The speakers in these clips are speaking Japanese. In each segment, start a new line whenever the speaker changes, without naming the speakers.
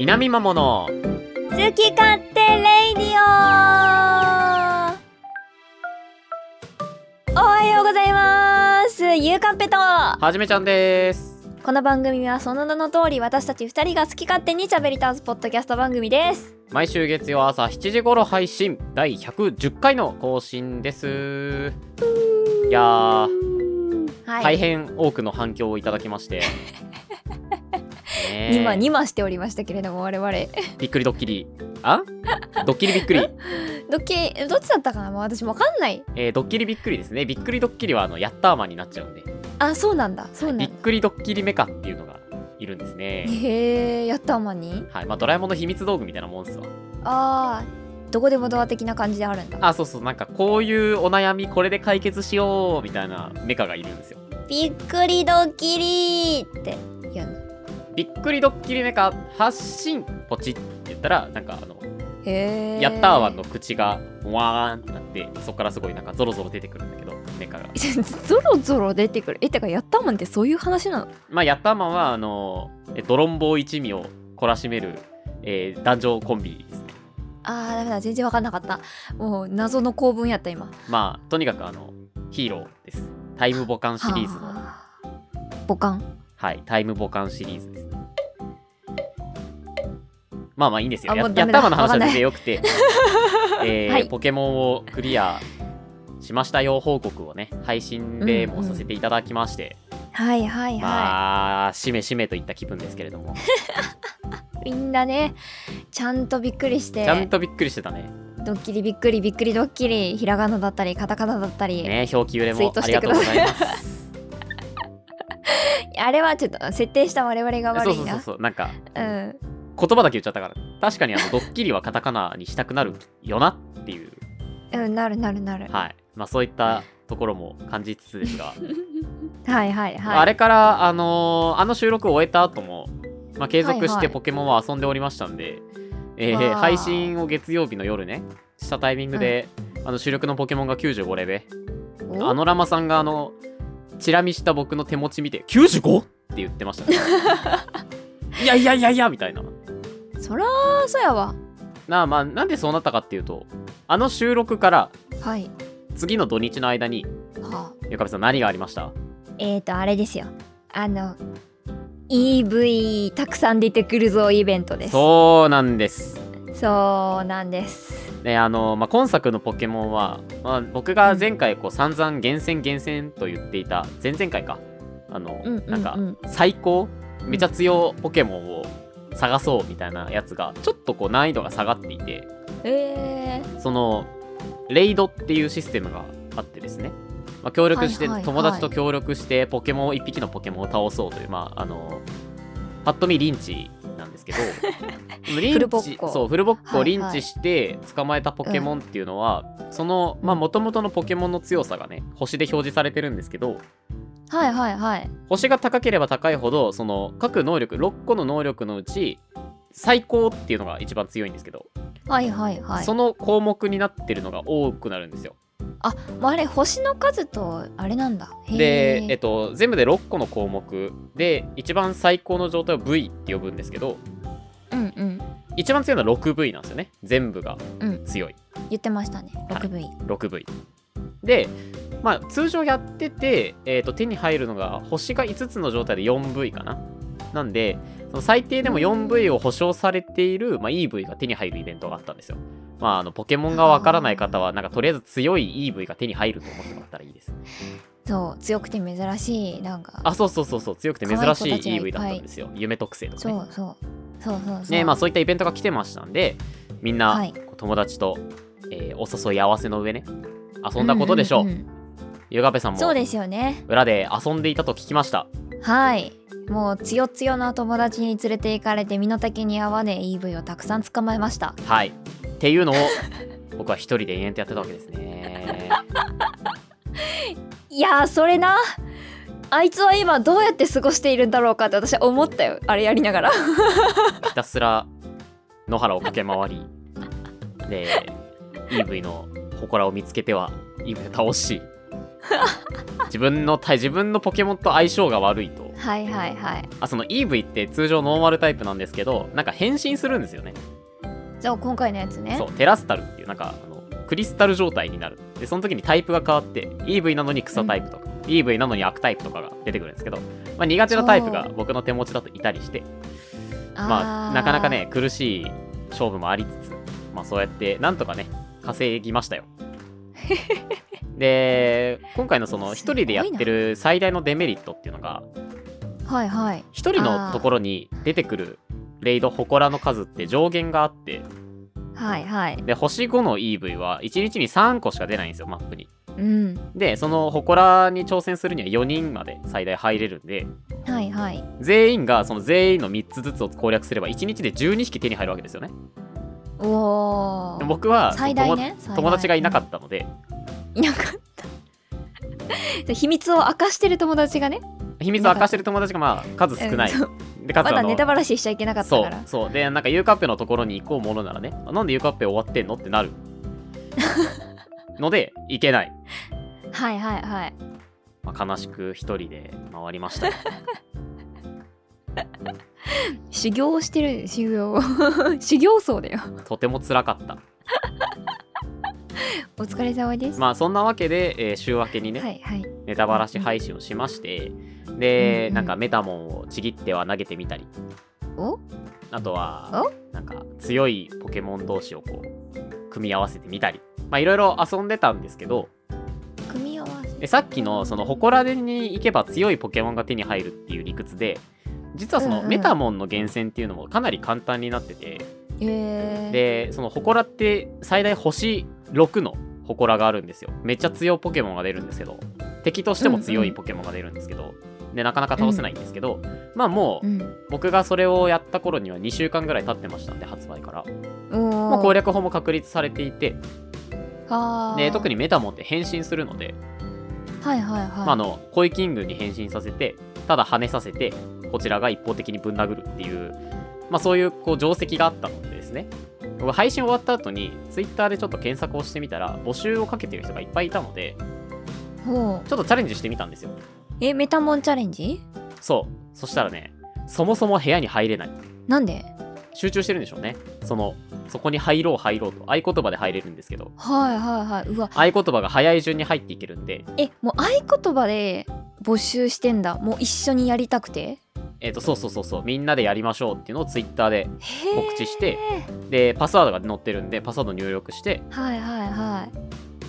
南桃の
好き勝手レイディオおはようございますゆうかんぺと
はじめちゃんです
この番組はその名の通り私たち二人が好き勝手に喋り倒すポッドキャスト番組です
毎週月曜朝7時頃配信第110回の更新ですいやー、
はい、
大変多くの反響をいただきま してねえ
今にましておりましたけれども我々
びっくりドッキリあドッキリびっくり、
どっきどっちだったかなもう私わかんない
えードッキリびっくりですねびっくりドッキリはあのやったーマンになっちゃうんで
あそうなんだそうなんだ
びっくりドッキリメカっていうのがいるんですね
へえやったまに
はいまあドラえもんの秘密道具みたいなもんですわ
あーどこでもドア的な感じであるんだ
あそうそうなんかこういうお悩みこれで解決しようみたいなメカがいるんですよ
びっくりドッキリーって言うの
びっくりドッキリメカ発進ポチって言ったらなんかあの
へえ
ヤッターワンの口がワーンってなってそこからすごいなんかゾロゾロ出てくるんだけどメカが
ゾロゾロ出てくるえてかやったまんってそういう話なの
まあヤッターマンはあのえドロンボー一味を懲らしめる、えー男女コンビですね
あーダメだ全然わかんなかったもう謎の構文やった今
まあとにかくあのヒーローですタイムボカンシリーズの
はあボカン
はいタイムボカンシリーズですねまあまあいいんですよ
あ
や
も
や
う
った
ダ
ーマ
メだ
ンの話は
わかんない
全然よくてえー
はい
ポケモンをクリアしましたよ報告をね配信でもさせていただきまして、
はいはいは
まあ、しめしめといった気分ですけれど も、
いみんなねちゃんとびっくりし
ちゃん
て
とびっくりしてたね。
ドッキリびっくりびっくりドッキリひらがなだったりカタカナだったり、
ね、表記揺れ
ツイー
も
ト
あ
し
り
て
が
く
とうござ
ださい
います。
あれはちょっと設定した我々が
そ
悪
う
い
そうそう
な
そう、なんか
うん
言葉だけ言っちゃったから、確かにあのドッキリはカタカナにしたくなるよなっていう、
うんなるなるなる
はい、まあそういったところも感じつつですが、
はいはいはい
あれからあのーあの収録を終えた後も、まあ継続
は
し
いは
て
い
ポケモンは遊んでおりましたんで、えー
わあ
配信を月曜日の夜ねしたタイミングで、あの主力のポケモンが95レベル。
お
あのラマさんがあのチラ見した僕の手持ち見て 95? って言ってました ねいやいやいやいやみたいな
そらーそやわ
なあまあなんでそうなったかっていうとあの収録から
はい
次の土日の間に
はあ
ゆかべさん何がありました
えーとあれですよあの EV たくさん出てくるぞイベントですそ
そうなんです
うなんです
ねあの、まあ、今作のポケモンは、まあ、僕が前回こう散々厳選厳選と言っていた前々回かあの、
うんうんうん
なんか最高めちゃ強ポケモンを探そうみたいなやつがちょっとこう難易度が下がっていて
えー、
そのレイドっていうシステムがあってですね、まあ、協力して、
はいはいはい
友達と協力してポケモン1匹のポケモンを倒そうというまああのパッと見リンチなんですけ どリンチ
フルボッコ
そうフルボッコを
はい
リンチして捕まえたポケモンっていうのは、そのまあ元々のポケモンの強さがね星で表示されてるんですけど
はいはいはい
星が高ければ高いほどその各能力6個の能力のうち最高っていうのが一番強いんですけど、
はいはいはい
その項目になってるのが多くなるんですよ。
もうあれ星の数とあれなんだへー
で、えっと、全部で6個の項目で一番最高の状態を V って呼ぶんですけど
うんうん
一番強いのは 6V なんですよね全部が
うん
強い、
言ってましたね 6V、
6V で、まあ、通常やってて、えっと手に入るのが星が5つの状態で 4V かななんでその最低でも 4V を保証されている、まあ、EV が手に入るイベントがあったんですよまあ、あのポケモンがわからない方はなんかとりあえず強い EV が手に入ると思ってもらったらいいです
そう強くて珍しいなんか
あそうそうそうそう強くて珍
可愛い
し
子
い
たちがいっぱ
EV
い
だったんですよ夢特性とか
そ
ね
うそうそうそうそう
ねまあそういったイベントが来てましたんでみんな
はい
こう友達と、えーお誘い合わせの上ね遊んだことでしょう,、
んんん
ゆがべさんも
そうですよね
裏で遊んでいたと聞きました
はいもう強強な友達に連れて行かれて身の丈に合わねえ EV をたくさん捕まえました
はいっていうの を僕は一人で延々とやってたわけですね
いやーそれなあいつは今どうやって過ごしているんだろうかって私は思ったよあれやりながら
ひたすら野原を駆け回りで EV の祠を見つけては EV を倒し自分の対自分のポケモンと相性が悪いと
はいはいはい
あその EV って通常ノーマルタイプなんですけどなんか変身するんですよね
じゃあ今回のやつね
そうテラスタルっていうなんかあのクリスタル状態になるでその時にタイプが変わって EV なのに草タイプとか、EV なのに悪タイプとかが出てくるんですけど、まあ、苦手なタイプが僕の手持ちだといたりしてまあなかなかね苦しい勝負もありつつまあそうやってなんとかね稼ぎましたよで今回のその1人でやってる最大のデメリットっていうのが
はいはい
1人のところに出てくるレイド祠の数って上限があって
はいはい
で星5の EV は1日に3個しか出ないんですよマップに
うん
でその祠に挑戦するには4人まで最大入れるんで
はいはい
全員がその全員の3つずつを攻略すれば1日で12匹手に入るわけですよね
お
で
お
僕は
最大ね
友友達がいなかったので
いなかった 秘密を明かしてる友達がね
秘密を明かしてる友達がまあ数少ない
うんそう
でかつ
ま
あ
だ
の
ネタバラシしちゃいけなかった
そう
から
そうでなんか U カッペのところに行こうものならねなんで U カッペ終わってんのって なるので行けない、
はいはいはい
まあ、悲しく一人で回りましたよ
修行をしてる修 行修行僧だよ
とても辛かった
お疲れ様です、
まあそんなわけで、えー週明けにね、
はいはい
ネタバラシ配信をしましてで、
うんうん
なんかメタモンをちぎっては投げてみたり
お
あとはなんか強いポケモン同士をこう組み合わせてみたりまあいろいろ遊んでたんですけど
組み合わせ
でさっきのその祠でに行けば強いポケモンが手に入るっていう理屈で実はその
うんうん
メタモンの厳選っていうのもかなり簡単になってて、
えー、
でその祠って最大星6の祠があるんですよめっちゃ強いポケモンが出るんですけど敵としても強いポケモンが出るんですけど、でなかなか倒せないんですけど、まあもう
うん
僕がそれをやった頃には2週間ぐらい経ってましたんで発売から
お
もう攻
れ
略法も確立されていて
あー
で特にメタモンって変身するので、
はいはいはい、
まあ、あのコイキングに変身させてただ跳ねさせてこちらが一方的にぶん殴るっていう、まあ、そういうこう定石があったのでですね僕配信終わった後にツイッターでちょっと検索をしてみたら募集をかけてる人がいっぱいいたので
ほう
ちょっとチャレンジしてみたんですよ
えメタモンチャレンジ
そうそしたらねそもそも部屋に入れない
なんで
集中してるんでしょうねそのそこに入ろう入ろうと合言葉で入れるんですけど
はいはいはいうわ
合言葉が早い順に入っていけるんで
えもう合言葉で募集してんだもう一緒にやりたくて
えっ、とそうそうそうそうみんなでやりましょうっていうのをツイッターで
へー
告知してでパスワードが載ってるんでパスワード入力して
はいはいは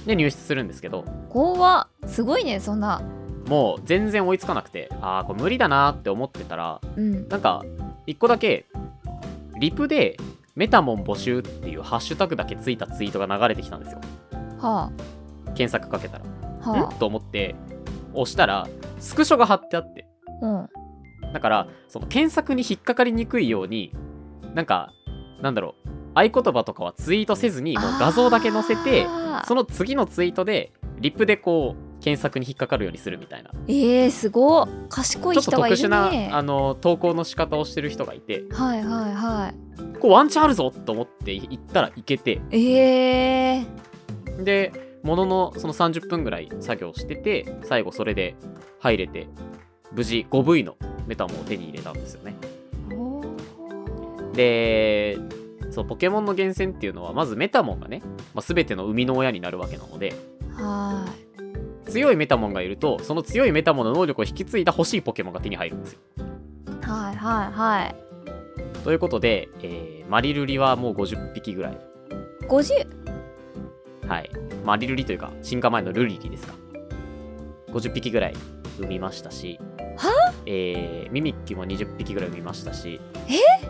い
で入室するんですけど
こうはすごいねそんな
もう全然追いつかなくてああこれ無理だなーって思ってたら
うん
なんか一個だけリプで「メタモン募集」っていうハッシュタグだけついたツイートが流れてきたんですよ
は
検索かけたら「
あは
ん?」と思って押したらスクショが貼ってあって
あうん
だからその検索に引っかかりにくいようになんかなんだろう合言葉とかはツイートせずにもう画像だけ載せて
あー
その次のツイートでリップでこう検索に引っかかるようにするみたいな
えー、すごっ賢い
ちょっと
人がい
特
る
殊
ね
なあの投稿の仕方をしてる人がいて
はいはいは
こうワンチャンあるぞと思って行ったらいけて
いえー、
でもののその30分ぐらい作業してて最後それで入れて無事 5V のメタモンを手に入れたんですよね
お
でそうポケモンの厳選っていうのはまずメタモンがね、まあ、全ての生みの親になるわけなので
ーは
強いメタモンがいるとその強いメタモンの能力を引き継いだ欲しいポケモンが手に入るんですよ
いはいはいはい
ということで、えーマリルリはもう50匹ぐらい。
50
はい。マリルリというか、進化前のルリリですか。50匹ぐらい産みましたし、
は
えーミミッキュも20匹ぐらい産みましたし、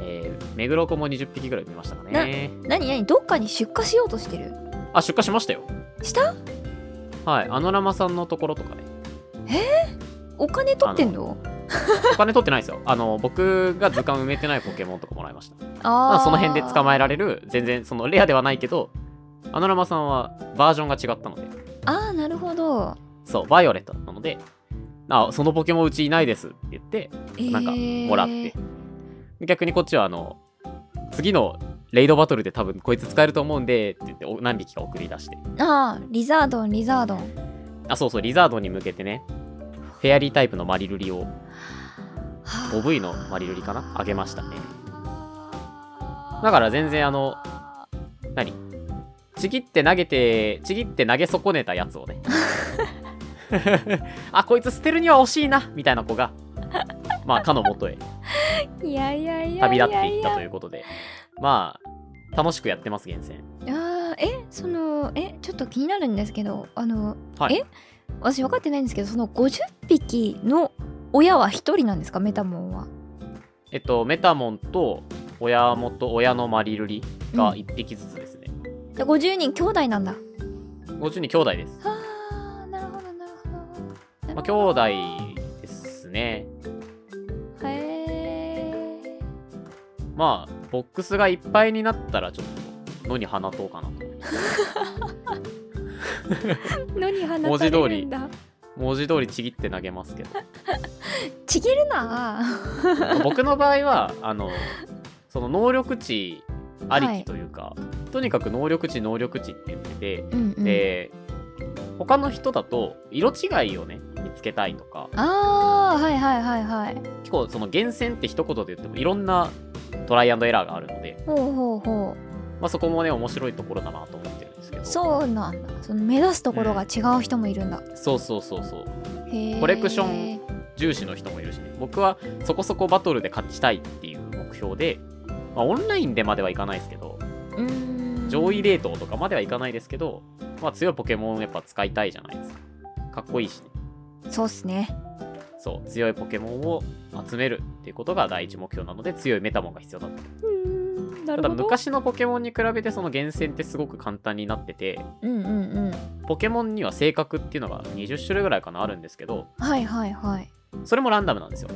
えーメグロコも20匹ぐらい産みましたかね。
何何どっかに出荷しようとしてる
あ、出荷しましたよ。
した
はい。あのラマさんのところとかね。
お金取ってんの
お金取ってないですよ。あの、僕が図鑑埋めてないポケモンとかもらいました。ま
あ
あ、その辺で捕まえ
え
られる、全然そのレアではないけど、あのラマさんはバージョンが違ったので、
あーなるほど
そう、バイオレットなので、あ、そのポケモンうちいないですって言って、なんかもらって。逆にこっちは、あの、次のレイドバトルで多分こいつ使えると思うんで、って言ってお何匹か送り出して。
ああリザードンリザードン
あ、そうそう、リザードに向けてね、フェアリータイプのマリルリを 5V のマリルリかな上げましたね。だから全然あの、何ちぎって投げて、ちぎって投げ損ねたやつを ね。あ、こいつ捨てるには惜しいなみたいな子が、まあ、かのもとへ
いやいやいや
旅
いや
立っていったということで、まあ、楽しくやってます、厳選。
あーえそのえちょっと気になるんですけどあの
はい
え。私分かってないんですけどその50匹の親は1人なんですかメタモンは
えっと、メタモンと親元、親のマリルリが1匹ずつですね。
で50人兄弟なんだ
50人兄弟です。
はあなるほどなるほど
まあ、兄弟ですね。
弟へえ
まあ、ボックスがいっぱいになったら、ちょっと、野に放とうかなと。
野に放たれるんだ
文字通り文字通りちぎって投げますけ ど。
ちぎ るな
僕の場合は、あの、その能力値ありきというか、とにかく能力値、能力値って言ってて、
うん、うん、
で、他の人だと色違いをね見つけたいとか
ああはいはいはいはい
結構その厳選って一言で言ってもいろんなトライアンドエラーがあるので、
ほうほうほう
まあ、そこもね面白いところだなと思ってるんですけど
そうなんだその目指すところが違う人もいるんだ、
そうそうそうそう
へえ
コレクション重視の人もいるしね僕はそこそこバトルで勝ちたいっていう目標で、まあ、オンラインでまではいかないですけど
うーん
上位冷凍とかまではいかないですけど、まあ、強いポケモンやっぱ使いたいじゃないですかかっこいいしね
そうっすね
そう強いポケモンを集めるっていうことが第一目標なので強いメタモンが必要だった
うんな
ただ昔のポケモンに比べてその厳選ってすごく簡単になってて
うんうんうん
ポケモンには性格っていうのが20種類ぐらいかなあるんですけど
はいはいはい
それもランダムなんですよ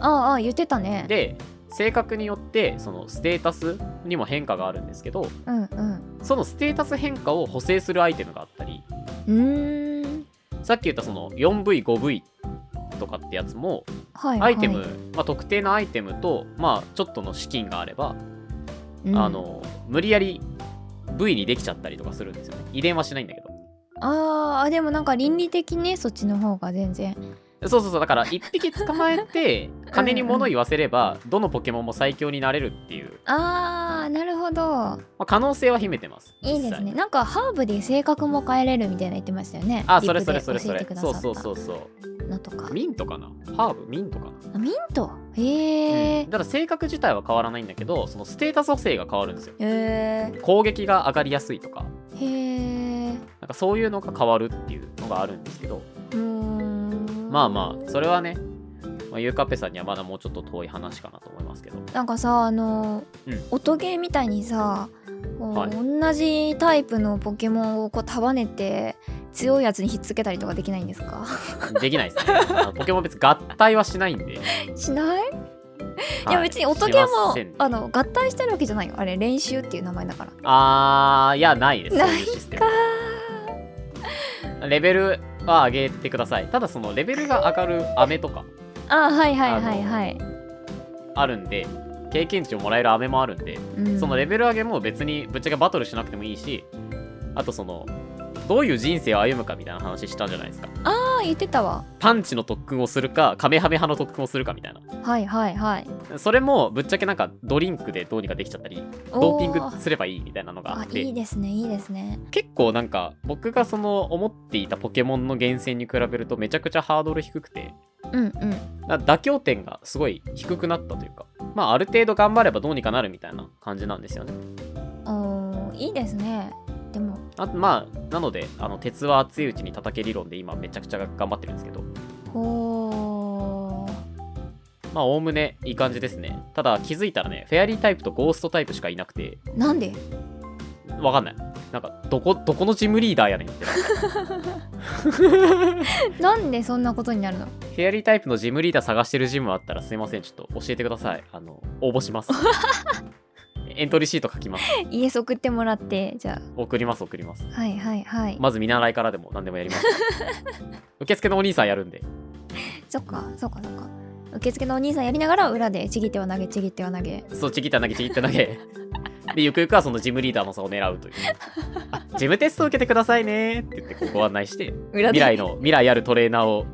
ああああ言ってたね
で性格によってそのステータスにも変化があるんですけど
うんうん
そのステータス変化を補正するアイテムがあったり
うーん
さっき言ったその 4V5V とかってやつも
はい、は
ア
い、
イテム、まあ、特定のアイテムと、まあ、ちょっとの資金があれば、
うん
あの無理やり V にできちゃったりとかするんですよね遺伝はしないんだけど
あーでもなんか倫理的ねそっちの方が全然
そうそうそうだから1匹捕まえ て金に物言わせればどのポケモンも最強になれるっていう、
あーなるほど
まあ可能性は秘めてます
いいです
実
ね
際
なんかハーブで性格も変えれるみたいな言ってましたよね
あそれ
リ
そ
プ
れ
で
それそれ
教えてくださ
そ
っ
う
た
そうそうそ
のとか
うミントかなハーブミントかな、
あミントへ
う
え
んだから性格自体は変わらないんだけどそのステータス補正が変わるんですよ
へ
攻撃が上がりやすいとか
えへえ
なんかそういうのが変わるっていうのがあるんですけど
うーん
まあまあそれはね、まあ、ゆうかっぺさんにはまだもうちょっと遠い話かなと思いますけど
なんかさあの、
うん
音ゲーみたいにさこう、
はい
同じタイプのポケモンをこう束ねて強いやつにひっつけたりとかできないんですか
できないですねあのポケモン別に合体はしないんで、
しない、い、や
は
別に音ゲー
しません
もあの合体してるわけじゃないよあれ練習っていう名前だから
あーいやないです
ない
そういうシステムレベルは上げてくださいただそのレベルが上がる飴とか
あはいはいはいはい、
あるんで経験値をもらえる飴もあるんで
うん
そのレベル上げも別にぶっちゃけバトルしなくてもいいしあとそのどういう人生を歩むかみたいな話したじゃないですか
あ言ってたわ
パンチの特訓をするかカメハメ派の特訓をするかみたい
はいはいはい
なそれもぶっちゃけなんかドリンクでどうにかできちゃったりドーピン
お
グすればいいみたいなのがあ
あ
って
いいですねいいですね
結構なんか僕がその思っていたポケモンの厳選に比べるとめちゃくちゃハードル低くて
うんうん
だ妥協点がすごい低くなったというかまあある程度頑張ればどうにかなるみたいな感じなんですよね
おーいいですねでも
あとまあなのであの鉄は熱いうちに叩け理論で今めちゃくちゃ頑張ってるんですけど
ほー
まあおおむねいい感じですねただ気づいたらねフェアリータイプとゴーストタイプしかいなくて
なんで
わかんないなんかどこどこのチームリーダーやねんってなフ
なんでそんなことになるの
ェアリータイプのジムリーダー探してるジムあったらすいませんちょっと教えてくださいあの応募しますエントリーシート書きます
イエス送ってもらってじゃ
送ります送ります
あはいはいはい、
まず見習いからでも何でもやります受付のお兄さんやるんで
そっかそっかそっか受付のお兄さんやりながら裏でちぎっては投げちぎっては投げ
そうちぎった投げちぎった投げでゆくゆくはそのジムリーダーの差を狙うというあジムテストを受けてくださいねって言ってこうご案内して
裏で
未来の未来あるトレーナーを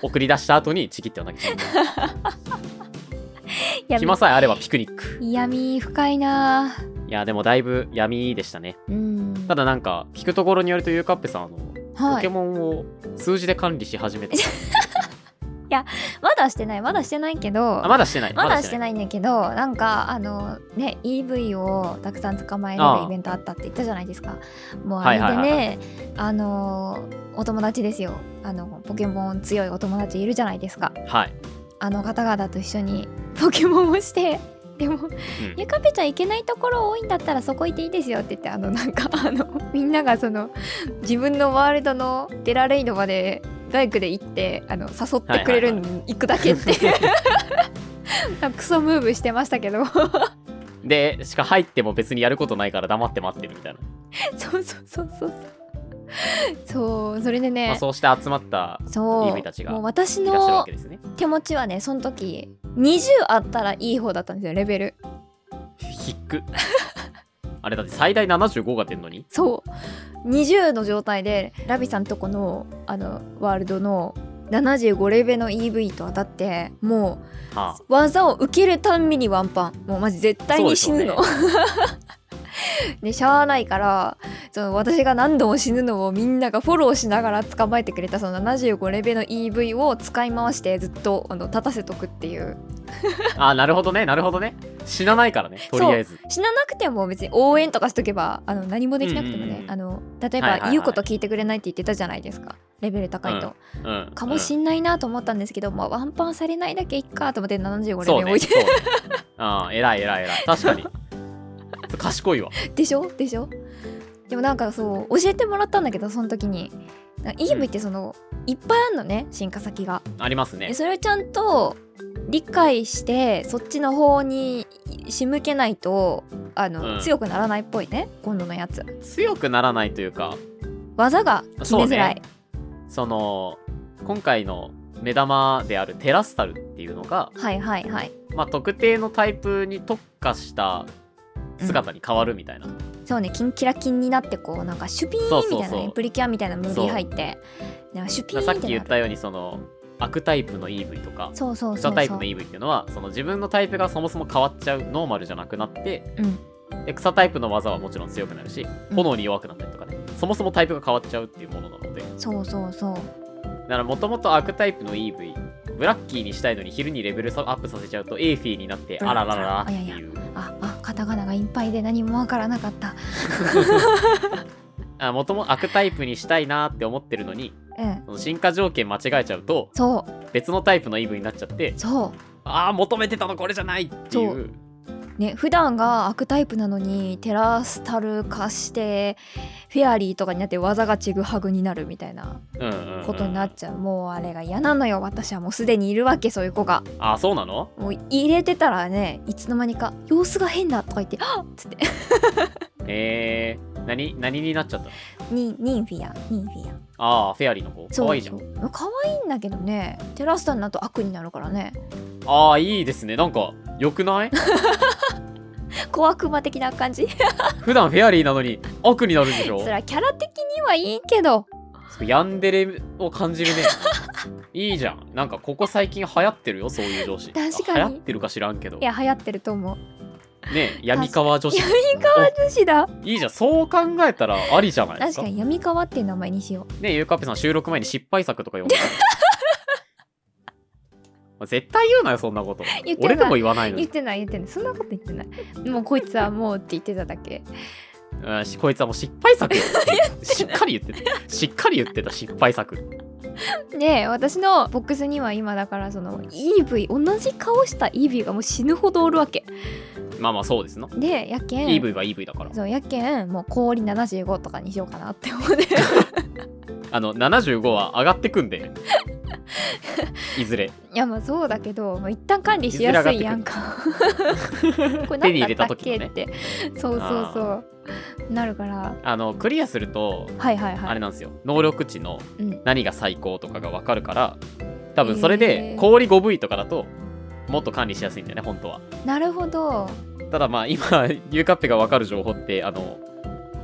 送り出した後にちぎっては投げちぎった暇さえあればピクニック。
闇深いない
や、でもだいぶ闇でしたね。
ぁうん
ただなんか、聞くところによると、ゆうかっぺさん、あの、ポ
は
ケ
い
モンを数字で管理し始めて、
まだしてないまだしてないけど
あ、まだしてない。
まだして
い。
ないんだけどなんかあのね EV をたくさん捕まえれ
あ
る
あ
イベントあったって言ったじゃないですかもうあれでね、
はいはいはい
あのお友達ですよあのポケモン強いお友達いるじゃないですか
はい。
あの方々と一緒にポケモンをしてでも
うん
ゆかぺちゃん行けないところ多いんだったらそこ行っていいですよって言ってあのなんか あのみんながその自分のワールドのデラレイドまでバイクで行ってあの誘ってくれるん、
は
行くだけってなんか クソムーブしてましたけどそう
で、しか入っても別にやることないから黙って待ってるみたいな。
そうそうそうそうそれでね、
まあ、
そう
そうして集まった君たちが
もう私
いらっしゃるわ
の
けですね。
手持ちはねその時20あったらいい方だったんですよレベル
ひっく。 あれだって最大75が出んのに。
そう20の状態でラビさんとこのあのワールドの75レベルの EV と当たっても
は
う技を受けるたんびにワンパンもうマジ絶対に死ぬ
そ
の。でしゃあないからその私が何度も死ぬのをみんながフォローしながら捕まえてくれたその75レベルの EV を使い回してずっとあの立たせとくっていう
あ、あなるほどね、なるほどね。死なないからね、とりあえず。
死ななくても別に応援とかしとけばあの何もできなくても
うん
ね
うん、うん
あの例え
はいはいは
ば
い
言うこと聞いてくれないって言ってたじゃないですかレベル高いと。
うん。
かもし
ん
んないなと思ったんですけど、まあ、ワンパンされないだけいっかと思って75レ
そう
ベル
ね。
置いて、
そうね。ああ、 偉い偉い偉い。確かに。 賢いわ。
でしょでしょでもなんかそう教えてもらったんだけどその時になんかイーブイってその、いっぱいあんのね進化先が、
ありますね
で。それをちゃんと理解してそっちの方に仕向けないとあの、
うん
強くならないっぽいね今度のやつ
強くならないというか、
技が決めづらい、
その、今回の目玉であるテラスタルっていうのが、
はいはいはい
まあ、特定のタイプに特化した姿に変わるみたいな。
そうねキンキラキンになってこうなんかシュピーンみたいなね
そうそうそう
プリキュアみたいなムービ
そう
ー入ってなんかシュピーン
だからさ
みたいな
っき言ったように、その、悪タイプの EV とか、
そうそうそうそ
草
う
タイプの EV っていうのはその自分のタイプがそもそも変わっちゃうノーマルじゃなくなって、で草タイプの技はもちろん強くなるし
うん
炎に弱くなったりとかね、そもそもタイプが変わっちゃうっていうものなのでだ
そうそうそう
からもともと悪タイプの EV ブラッキーにしたいのに昼にレベルアップさせちゃうとエーフィーになって
ブラッ
あららららって
いやい
いう
ああカタカナがいっぱいで何もわからなかった
あもとも悪タイプにしたいなって思ってるのに
うん
その進化条件間違えちゃうと
そう
別のタイプの EV になっちゃって
そ
ああ求めてたのこれじゃないってい
そううね普段が悪タイプなのにテラスタル化してフェアリーとかになって技がちぐはぐになるみたいな
うんうんうん
ことになっちゃう、もうあれが嫌なのよ私はもうすでにいるわけそういう子が
あそうなの
もう入れてたらねいつの間にか様子が変だとか言ってあっつって
えー、何何になっちゃったの
ニンニンフィアニンフィア
ああ、フェアリーの方。
そう
可愛いじゃん。
可愛いんだけどねテラスタルになると悪になるからね
ああ、いいですね。なんか、良く ない
小悪魔的な感じ
普段フェアリーなのに悪になるんでし ょ
そりゃキャラ的にはいいけど
そうヤンデレを感じるね。いいじゃん。なんか、ここ最近流行ってるよ、そういう上司。
確かに
あ流行ってるか知らんけど。
い
ね
や流行ってると思う
え闇川女子。
確闇川女子だ
いいじゃん。そう考えたらありじゃないで
確
すか。
かに闇川っていう名前にしよ
ねえ、ゆうかっぺさん、収録前に失敗作とか読ん でた。絶対言うなよ、そんなこと
言っ。てない
俺でも言わないうの
言っ
に。
てない言ってないそんなこと言ってないもうこいつはもうって言ってただけ
うんしこいつはもう失敗 作よしっかり言ってた。しっかり言ってた、失敗作。
で私のボックスには今だからその EV 同じ顔した EV がもう死ぬほどおるわけ
まあまあそうですな。
でやけん
EV は EV だから。
そうやけんもう氷75とかにしようかなって思って
あの75は上がってくん で。いずれ。
いやまあそうだけど、まあ、一旦管理しやすいやんかこれ
手に入
何
れ
だ
た
ったっ
時のね
け、ってそうそうそうなるから
あのクリアすると、
はいはいはい
あれなんですよ。能力値の
うん、
何が最高とかが分かるから、多分それで
へー
氷 5V とかだと、もっと管理しやすいんだよね、本当は。
なるほど
ただまあ今、 ゆうかっぺが分かる情報って、あの、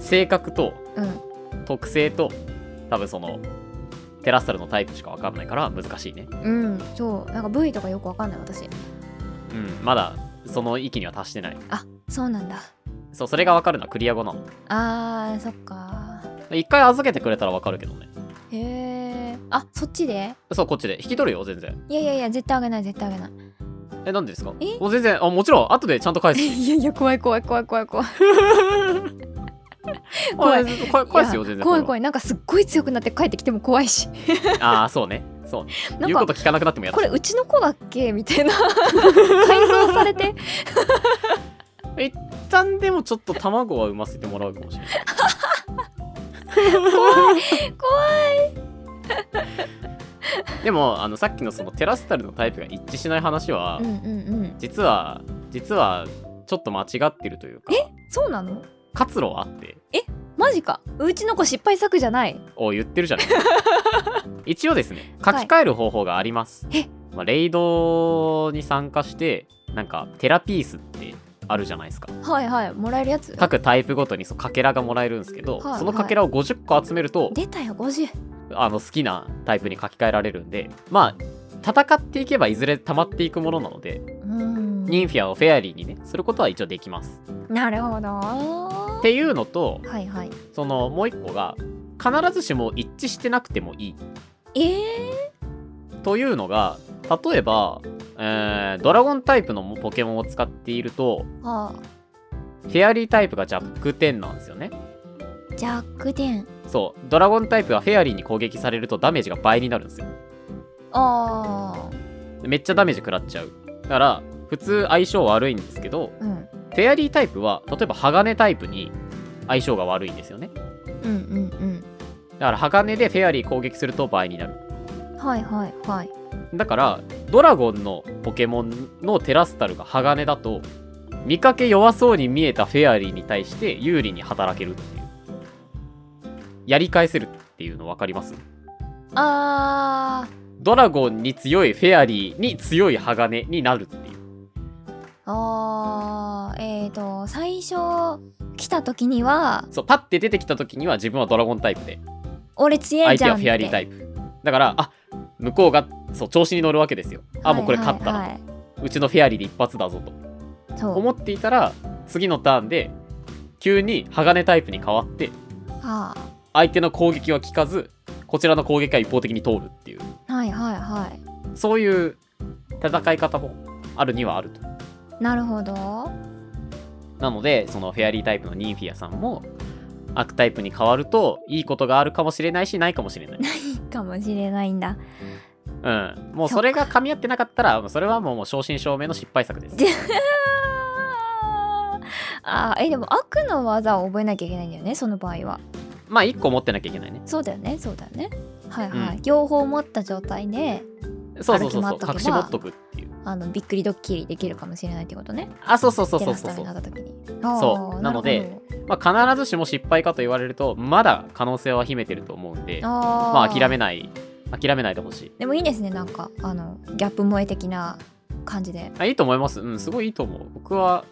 性格と
うん
特性と、多分その、テラスタルのタイプしか分かんないから難しいね。
うんそうなんか部位とかよくわかんない私
うん、まだその域には達してない。
そうなんだ
そう、それが分かるのはクリア後なの。
あーそっか
一回預けてくれたら分かるけどね。
へえあそっちで
そう、こっちで。引き取るよ、全然。
いやいやいや絶対あげない絶対あげない
え、なんでですか
え
お全然、あ、もちろん、後でちゃんと返す。
いやいや怖い怖い怖い怖い怖い 怖い
あ全然返返すよ、
いや
全然。
怖い怖
い。
いなんかすっごい強くなって帰ってきても怖いし
ああ、そうね。そうね。
な
言
ん
うこ
か
と聞かなくなってもやっ
これうちの子だっけみ たいな改造されて
一旦でもちょっと卵は産ませてもらうかもしれない。
怖い
でもあのさっきのそのテラスタルのタイプが一致しない話は、
うんうんうん
実は実はちょっと間違ってるというか
そうなの
活路はあって
マジかうちの子失敗作じゃない
お言ってるじゃ ない一応ですね書き換える方法があります、
え
まあ、レイドに参加してなんかテラピースってあるじゃないですか
はいはいもらえるやつ
各タイプごとにそうかけらがもらえるんですけど、
はいはい
そのかけらを50個集めると
出たよ50
あの好きなタイプに書き換えられるんでまあ戦っていけばいずれ溜まっていくものなので
うん
ニンフィアをフェアリーにねすることは一応できます。
なるほど
っ
は
ていうのと
いはい
そのもう一個が必ずしも一致してなくてもいい
えー、
というのが例えば、えードラゴンタイプのポケモンを使っていると
あ
フェアリータイプが弱点なんですよね。
弱点
そうドラゴンタイプはフェアリーに攻撃されるとダメージが倍になるんですよ。
あ
めっちゃダメージ食らっちゃう。だから普通相性悪いんですけど
ーうん
フェアリータイプは例えば鋼タイプに相性が悪いんですよね。
うんうん
だから鋼でフェアリー攻撃すると倍になる。
うんはいはいはい
だからドラゴンのポケモンのテラスタルが鋼だと見かけ弱そうに見えたフェアリーに対して有利に働けるっていうやり返せるっていうの分かります
あー
ドラゴンに強いフェアリーに強い鋼になるっていう
あーえーと最初来た時には
そうパッて出てきた時には自分はドラゴンタイプで
俺強い
相
じゃ
手
ん
は
っ
フ
て
ェアリータイプだからあ向こうがそう調子に乗るわけですよあもうこれ勝ったな、
はいはいは
うちのフェアリーで一発だぞと
いそう
思っていたら次のターンで急に鋼タイプに変わって
あ
相手の攻撃は効かずこちらの攻撃が一方的に通るっていう
ーはいはいはい
そういう戦い方もあるにはあると
なるほど
なのでそのフェアリータイプのニンフィアさんも悪タイプに変わるといいことがあるかもしれないしないかもしれ ない、
かもしれないんだ
うん、もうそれが噛み合ってなかったらそれはもうもう正真正銘の失敗作です
であーえでも悪の技を覚えなきゃいけないんだよねその場合は
まあ1個持ってなきゃいけないね
そうだよねそうだよねはいはい、
う
両方持った状態で
そうそうそうそう
歩き回っとけば
隠し持っとくっていう
あのびっくりドッキリできるかもしれないってことね
あそうそうそうそうそうそ
テラスタルにな
う、
った時にあー
そうなので
るほど
まあ、必ずしも失敗かと言われるとまだ可能性は秘めてると思うんで
あ
まあ
ー
諦めない諦めないでほしい
でもいいですねなんかあのギャップ萌え的な感じで
あいいと思います。うん、すごいいいと思う。僕は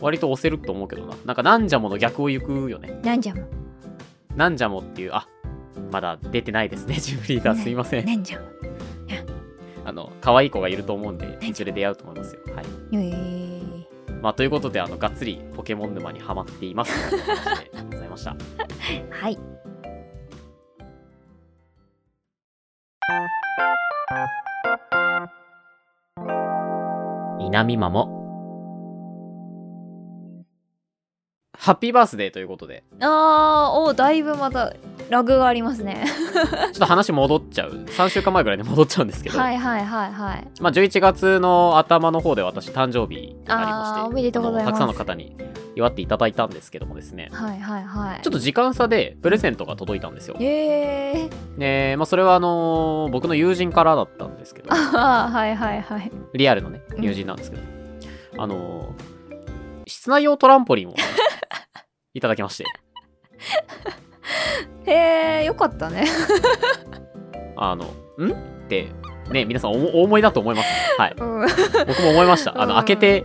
割と押せると思うけどな。なんか、なんじゃもの逆を行くよね。
なんじゃも
なんじゃもっていう、あまだ出てないですね、 ジムリーダー。すいません。
なんじゃも
あの、可愛い子がいると思うんで、いずれ出会うと思いますよ。はい。
えー
まあ、ということで、あの、がっつりポケモン沼にはまっています。 ということでございました。
はい
南マモ。ハッピーバースデーということで、
あーおだいぶまたラグがありますね
ちょっと話戻っちゃう。3週間前ぐらいで戻っちゃうんですけど。
はいはいはいはい
まあ、11月の頭の方で私誕生日がありまして
あーおめでとうございま
あ
す
のたくさんの方に祝っていただいたんですけどもですね
はいはいはい
ちょっと時間差でプレゼントが届いたんですよ。
えー、
ねまあ、それはあのー僕の友人からだったんですけど
あーはいはいはい
リアルのね
うん
友人なんですけど、あのー室内用トランポリン をいただきまして
へえよかったね
あのんってね皆さんおお思いだと思います、はい、
うん
僕も思いましたあの
うん
開けて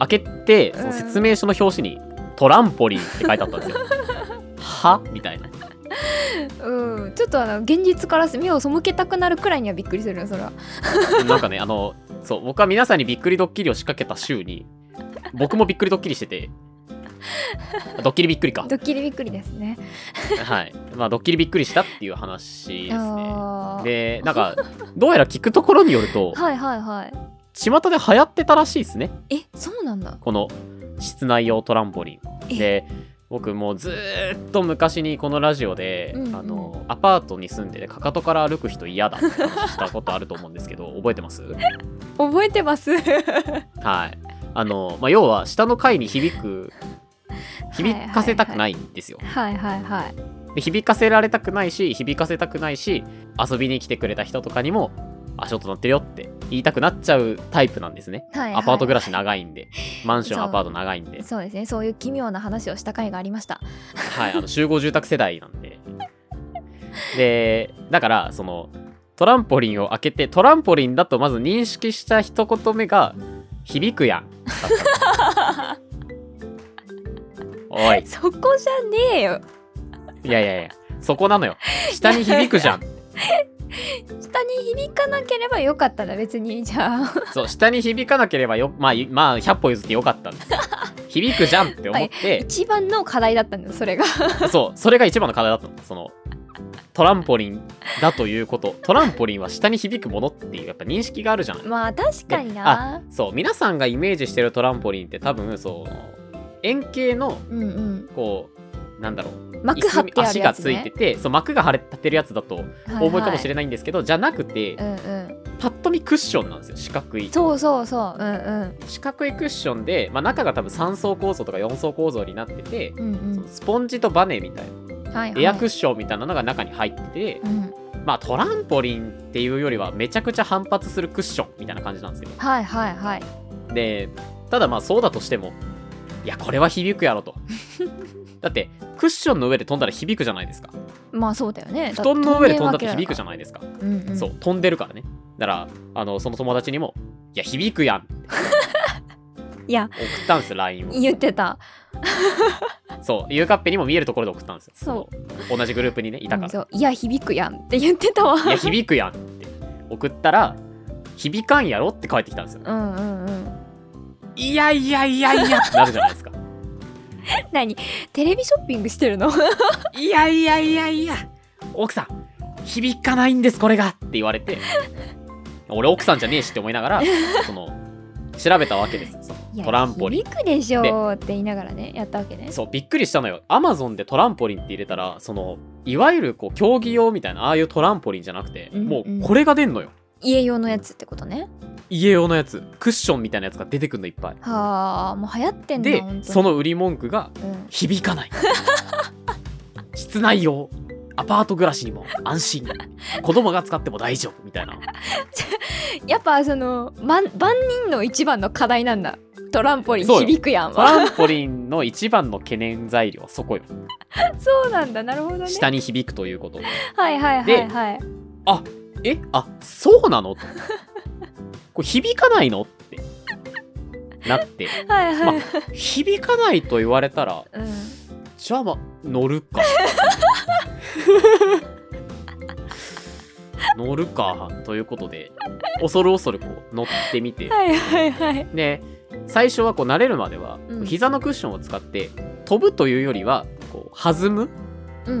開けてその説明書の表紙に「トランポリン」って書いてあった んですよ。はみたいな。
うん、ちょっとあの現実から目を背けたくなるくらいにはびっくりするよそれは
なんかね、あの、そう僕は皆さんにびっくりドッキリを仕掛けた週に僕もびっくりドッキリしててドッキリびっくりか
ドッキリびっくりですね。
はいまあドッキリびっくりしたっていう話ですね
あー
でなんかどうやら聞くところによると
はいはいはい。
巷で流行ってたらしいですね
え、そうなんだ。
この室内用トランポリン
え
で僕もうずーっと昔にこのラジオで、
うんうん
あのアパートに住んでてかかとから歩く人嫌だって話したことあると思うんですけ ど覚えてます
覚えてます。
はいあの、まあ、要は下の階に響く響かせたく
は
ないんですよ、
はいはいはい。
で響かせられたくないし響かせたくないし遊びに来てくれた人とかにもあちょっと乗ってるよって言いたくなっちゃうタイプなんですね
はいはい
アパート暮らし長いんでマンション
そ
ア
う
パート長いんで
そうですね。そういう奇妙な話をした回がありました。
はい、あの集合住宅世代なんで。で、だから、その、トランポリンを開けて、トランポリンだとまず認識した一言目が、響くやん。だったのおい、
そこじゃねえよ。
いやいやいや、そこなのよ。下に響くじゃん。
下に響かなければよかったら別にじゃあ。
そう、下に響かなければよ、まあ、いまあ、100歩譲ってよかったんですよ。響くじゃんって思って、
一番の課題だったんだそれが。
そう、それが一番の課題だったの。その、トランポリンだということ。トランポリンは下に響くものっていう、やっぱ認識があるじゃない。
まあ確かにな。
そう皆さんがイメージしてるトランポリンって多分そう円形の
うんうん。
こうなんだろう
幕張ってある
足が
やつ
ついて
ね。
てそう幕が張れ立てるやつだとお思いかもし
れ
れないんですけど、じゃなくて
ない。うんうん。
パッと見クッションなんですよ四角い
そうそうそう。うんうん。
四角いクッションで、まあ、中が多分3層構造とか4層構造になってて、
うん
そのスポンジとバネみたいな
うん。はいはい。
エアクッションみたいなのが中に入ってて、
うん。
まあトランポリンっていうよりはめちゃくちゃ反発するクッションみたいな感じなんですよ
はいはいはい。
でただまあそうだとしてもいやこれは響くや ろとだってクッションの上で飛んだら響くじゃないですか
まあそうだよね。
布団の上で飛んだって響くじゃ
ん。
ないですか
うんうん、
そう飛んでるからねだからあのその友達にも「いや響くやん」
いや
送ったんですよ LINE を
言ってた。
そうゆうかっぺにも見えるところで送ったんですよ
そ
同じグループにねいたか
うん
ら
そういや響くやんって言ってたわ。
「いや響くやん」って送ったら「響かんやろ?」って返ってきたんですよ
うんうんうん。
「いやいやいやいや」ってなるじゃないですか
何テレビショッピングしてるの？
いやいやいやいや奥さん響かないんですこれがって言われて俺奥さんじゃねえしって思いながらその調べたわけですよその
いや
トランポリン
響くでしょうって言いながらねやったわけね。
そうびっくりしたのよアマゾンでトランポリンって入れたらそのいわゆるこう競技用みたいなああいうトランポリンじゃなくて、
うんうん
もうこれが出んのよ
家用のやつってことね。
家用のやつクッションみたいなやつが出てくんのいっぱい
はあもう流行ってんだ
で
本当に。
その売り文句が
うん
響かない 室内用アパート暮らしにも安心子供が使っても大丈夫みたいな
やっぱその万万人の一番の課題なんだ。トランポリン
そうよ
響くやん
ト
は。
ランポリンの一番の懸念材料はそこよ
そうなんだなるほどね。
下に響くということ
はいはいはいはい。
えあそうなの これ響かないのってなって
はいはい。
響かないと言われたら
うん
じゃあまあ乗るか 乗るかということで恐る恐るこう乗ってみて
はいはいはい。
で最初はこう慣れるまでは
うん
膝のクッションを使って飛ぶというよりはこう弾む
うんう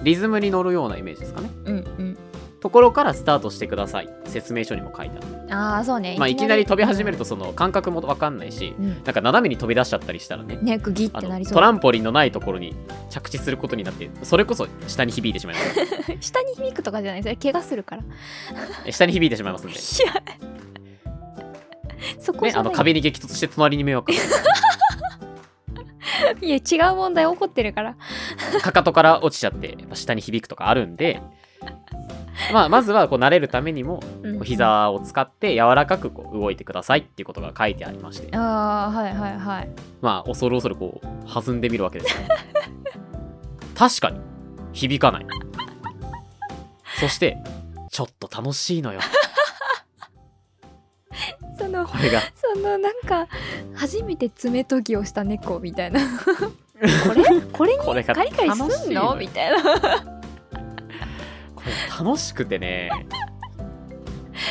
ん
リズムに乗るようなイメージですかね
うんうん
ところからスタートしてください説明書にも書いてある、
うん。ああそうね。
まあ、いきなり飛び始めるとその感覚も分かんないし
うん。うん
なんか斜めに飛び出しちゃったりしたらね
ねグギっ
あ
てな
の
りそう。
トランポリンのないところに着地することになってそれこそ下に響いてしまいます
下に響くとかじゃないそれ怪我するから。い
え下に響いてしまいますんで、
や。 そこ
ね、
じ
あ
ゃ
の
ない。
壁に激突して隣に迷惑かけ
いや違う問題起こってるから。
てかかとから落ちちゃってやっぱ下に響くとかあるんで、まあ、まずはこう慣れるためにも
うん
こう。膝を使って柔らかくこう動いてくださいっていうことが書いてありまして
ああはいはいはい。
まあ、恐る恐るこう、弾んでみるわけですよ。 確かに、響かない。そして、ちょっと楽しいのよ。
その
これが。
そのなんか初めて爪研ぎをした猫み たいな。これこれに
これが
カリカリすんの
楽しい
みたいな。
これ楽しくてね。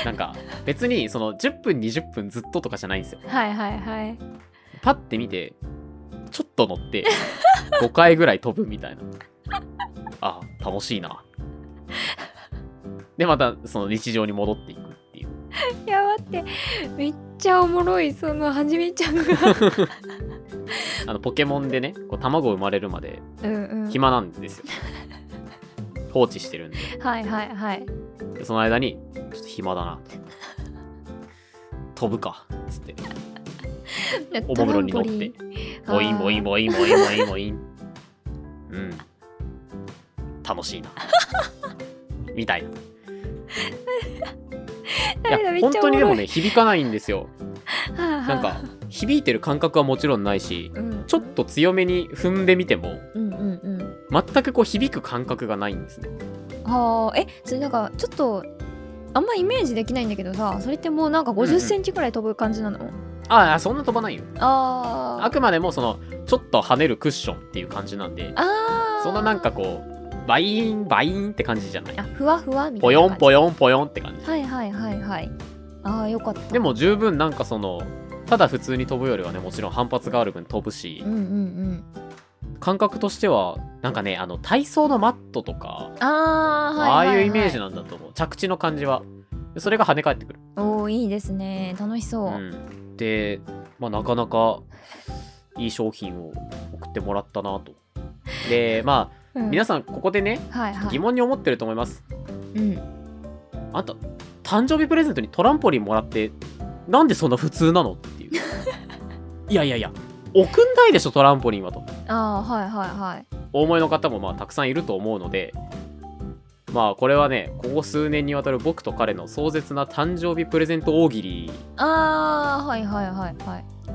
なんか別にその10分20分ずっととかじゃないんですよ
はいはいはい
パッて見てちょっと乗って5回ぐらい飛ぶみたいなあ楽しいなでまたその日常に戻っていくっていう
いや待ってめっちゃおもろいそのはじめち ゃんが
あのポケモンでねこう卵生まれるまで
うんうん
暇なんですよ放置してるんで
はいはいはい
でその間にちょっと暇だなと飛ぶかっつっておもむろに乗ってボインボイン
ボ
ボインボインボインボイン。うん。楽しいな。みたいな。いや
めっ
本
ちゃ
当
おもろ
に
い
でもね響かないんですよ。
な
なんか響いてる感覚はもちろんないし、
うん
ちょっと強めに踏んでみても
うんうんうん
全くこう響く感覚がないんですね。
あーえそれなんかちょっとあんまイメージできないんだけどさそれってもうなんか
うんう
50
ん
センチくらい飛ぶ感じなの、
ああそんな飛ばないよ。
あー
あくまでもそのちょっと跳ねるクッションっていう感じなんで、
あー
そんななんかこうバイーンバイーンって感じじゃない
あ。ふわふわみたい
ポ
な
ヨン
感じ
ポヨンポヨンって感じ。
はいはいはいはいああよかった
でも十分なんかそのただ普通に飛ぶよりはねもちろん反発がある分飛ぶし
うんうんうん
感覚としてはなんかねあの体操のマットとか、
ああはいは
ああ
い、はい
い、うイメージなんだと思う着地の感じはそれが跳ね返ってくる、
おおいいですね楽しそう、
うんで、まあ、なかなかいい商品を送ってもらったなとでまあ
うん
皆さんここでね
はいはい
疑問に思ってると思います
うん、
あんた誕生日プレゼントにトランポリンもらってなんでそんな普通なのっていう いやいやいや送んないでしょトランポリンはと
ああはいはいはい
お思いの方もまあたくさんいると思うのでまあこれはねここ数年にわたる僕と彼の壮絶な誕生日プレゼント大喜利
ああはいはいはいはい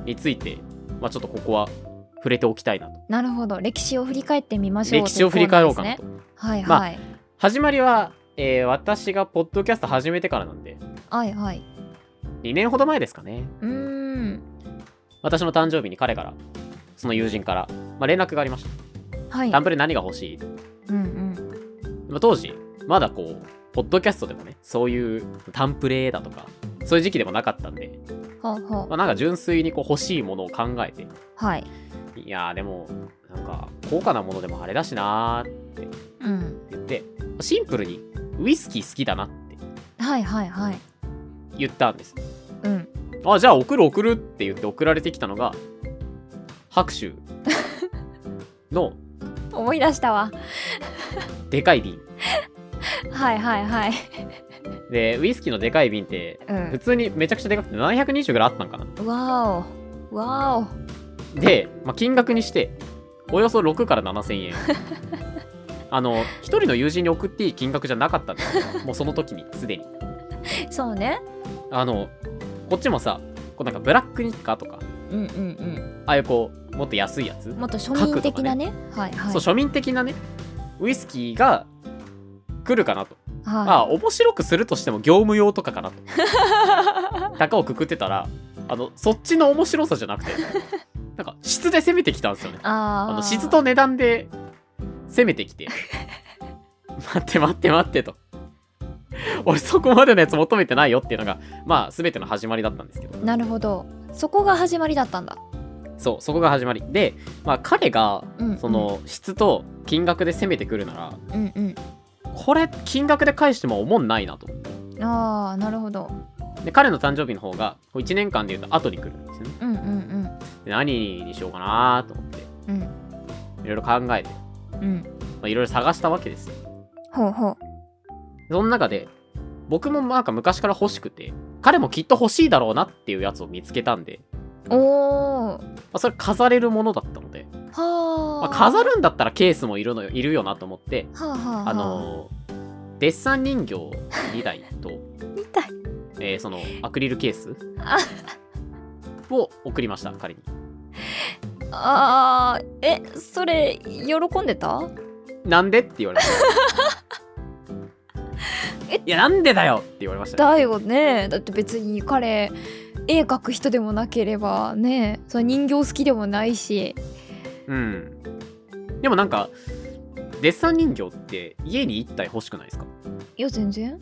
について、まあ、ちょっとここは触れておきたいなと
なるほど歴史を振り返ってみましょう
歴史を振り返ろうか
とい
な
う
と
コーナーですねはいはい、
始まりは、えー私がポッドキャスト始めてからなんで
はいはい
2年ほど前ですかね
うーん
私の誕生日に彼からその友人から、まあ、連絡がありました
はい
タンプレ何が欲しい
うんうん
まあ当時まだこうポッドキャストでもねそういうタンプレだとかそういう時期でもなかったんで
ほうほう
まあ、なんか純粋にこう欲しいものを考えて
はい
いやーでもなんか高価なものでもあれだしなーって
うん
言ってシンプルにウイスキー好きだなって
はいはいはい
言ったんです
うん
あじゃあ送る送るって言って送られてきたのが拍手の
思い出したわ
でかい瓶
はいはいはい
でウイスキーのでかい瓶って
う
普
ん
通にめちゃくちゃでかくて720ぐらいあったんかな
わおわお
で、まあ、金額にしておよそ6から7000円 あの一人の友人に送っていい金額じゃなかったんですよもうその時にすでに
そうね
あのこっちもさこうなんかブラックニッカーとか
うんうん
ああいうこうもっと安いやつ、
うんもっと庶民的なねはいはい
そう庶民的なねウイスキーが来るかなと、
はい
ああ面白くするとしても業務用とかかなと 高をくくってたらあのそっちの面白さじゃなくてなんか質で攻めてきたんですよね
あー
あの質と値段で攻めてき て待って待って待ってと俺そこまでのやつ求めてないよっていうのがまあ全ての始まりだったんですけど
なるほどそこが始まりだったんだ、
そうそこが始まりで、まあ、彼が
うんうん
その質と金額で攻めてくるなら
うんうん
これ金額で返してもおもんないなと
ああなるほど
で彼の誕生日の方が1年間でいうと後に来るんですよね
うんうん
で何にしようかなと思って
うんうん
いろいろ考えてま
うん
あいろいろ探したわけですよ
ほうほう
その中で、僕もなんか昔から欲しくて、彼もきっと欲しいだろうなっていうやつを見つけたんで、
お
ま
お
あ、それ飾れるものだったので、
は
ま
あ
あ、飾るんだったらケースもいるのよいるよなと思って、
はあはあはあ
あのーデッサン人形2台と、
みたい
えーそのアクリルケース
あ
を送りました、彼に。
あーえそれ喜んでた
なんでって言われました。
え
いや、なんでだよって言われましたね、
だよねだって別に彼絵描く人でもなければねその人形好きでもないし
うん。でもなんか、デッサン人形って家に1体欲しくないですか
いや全然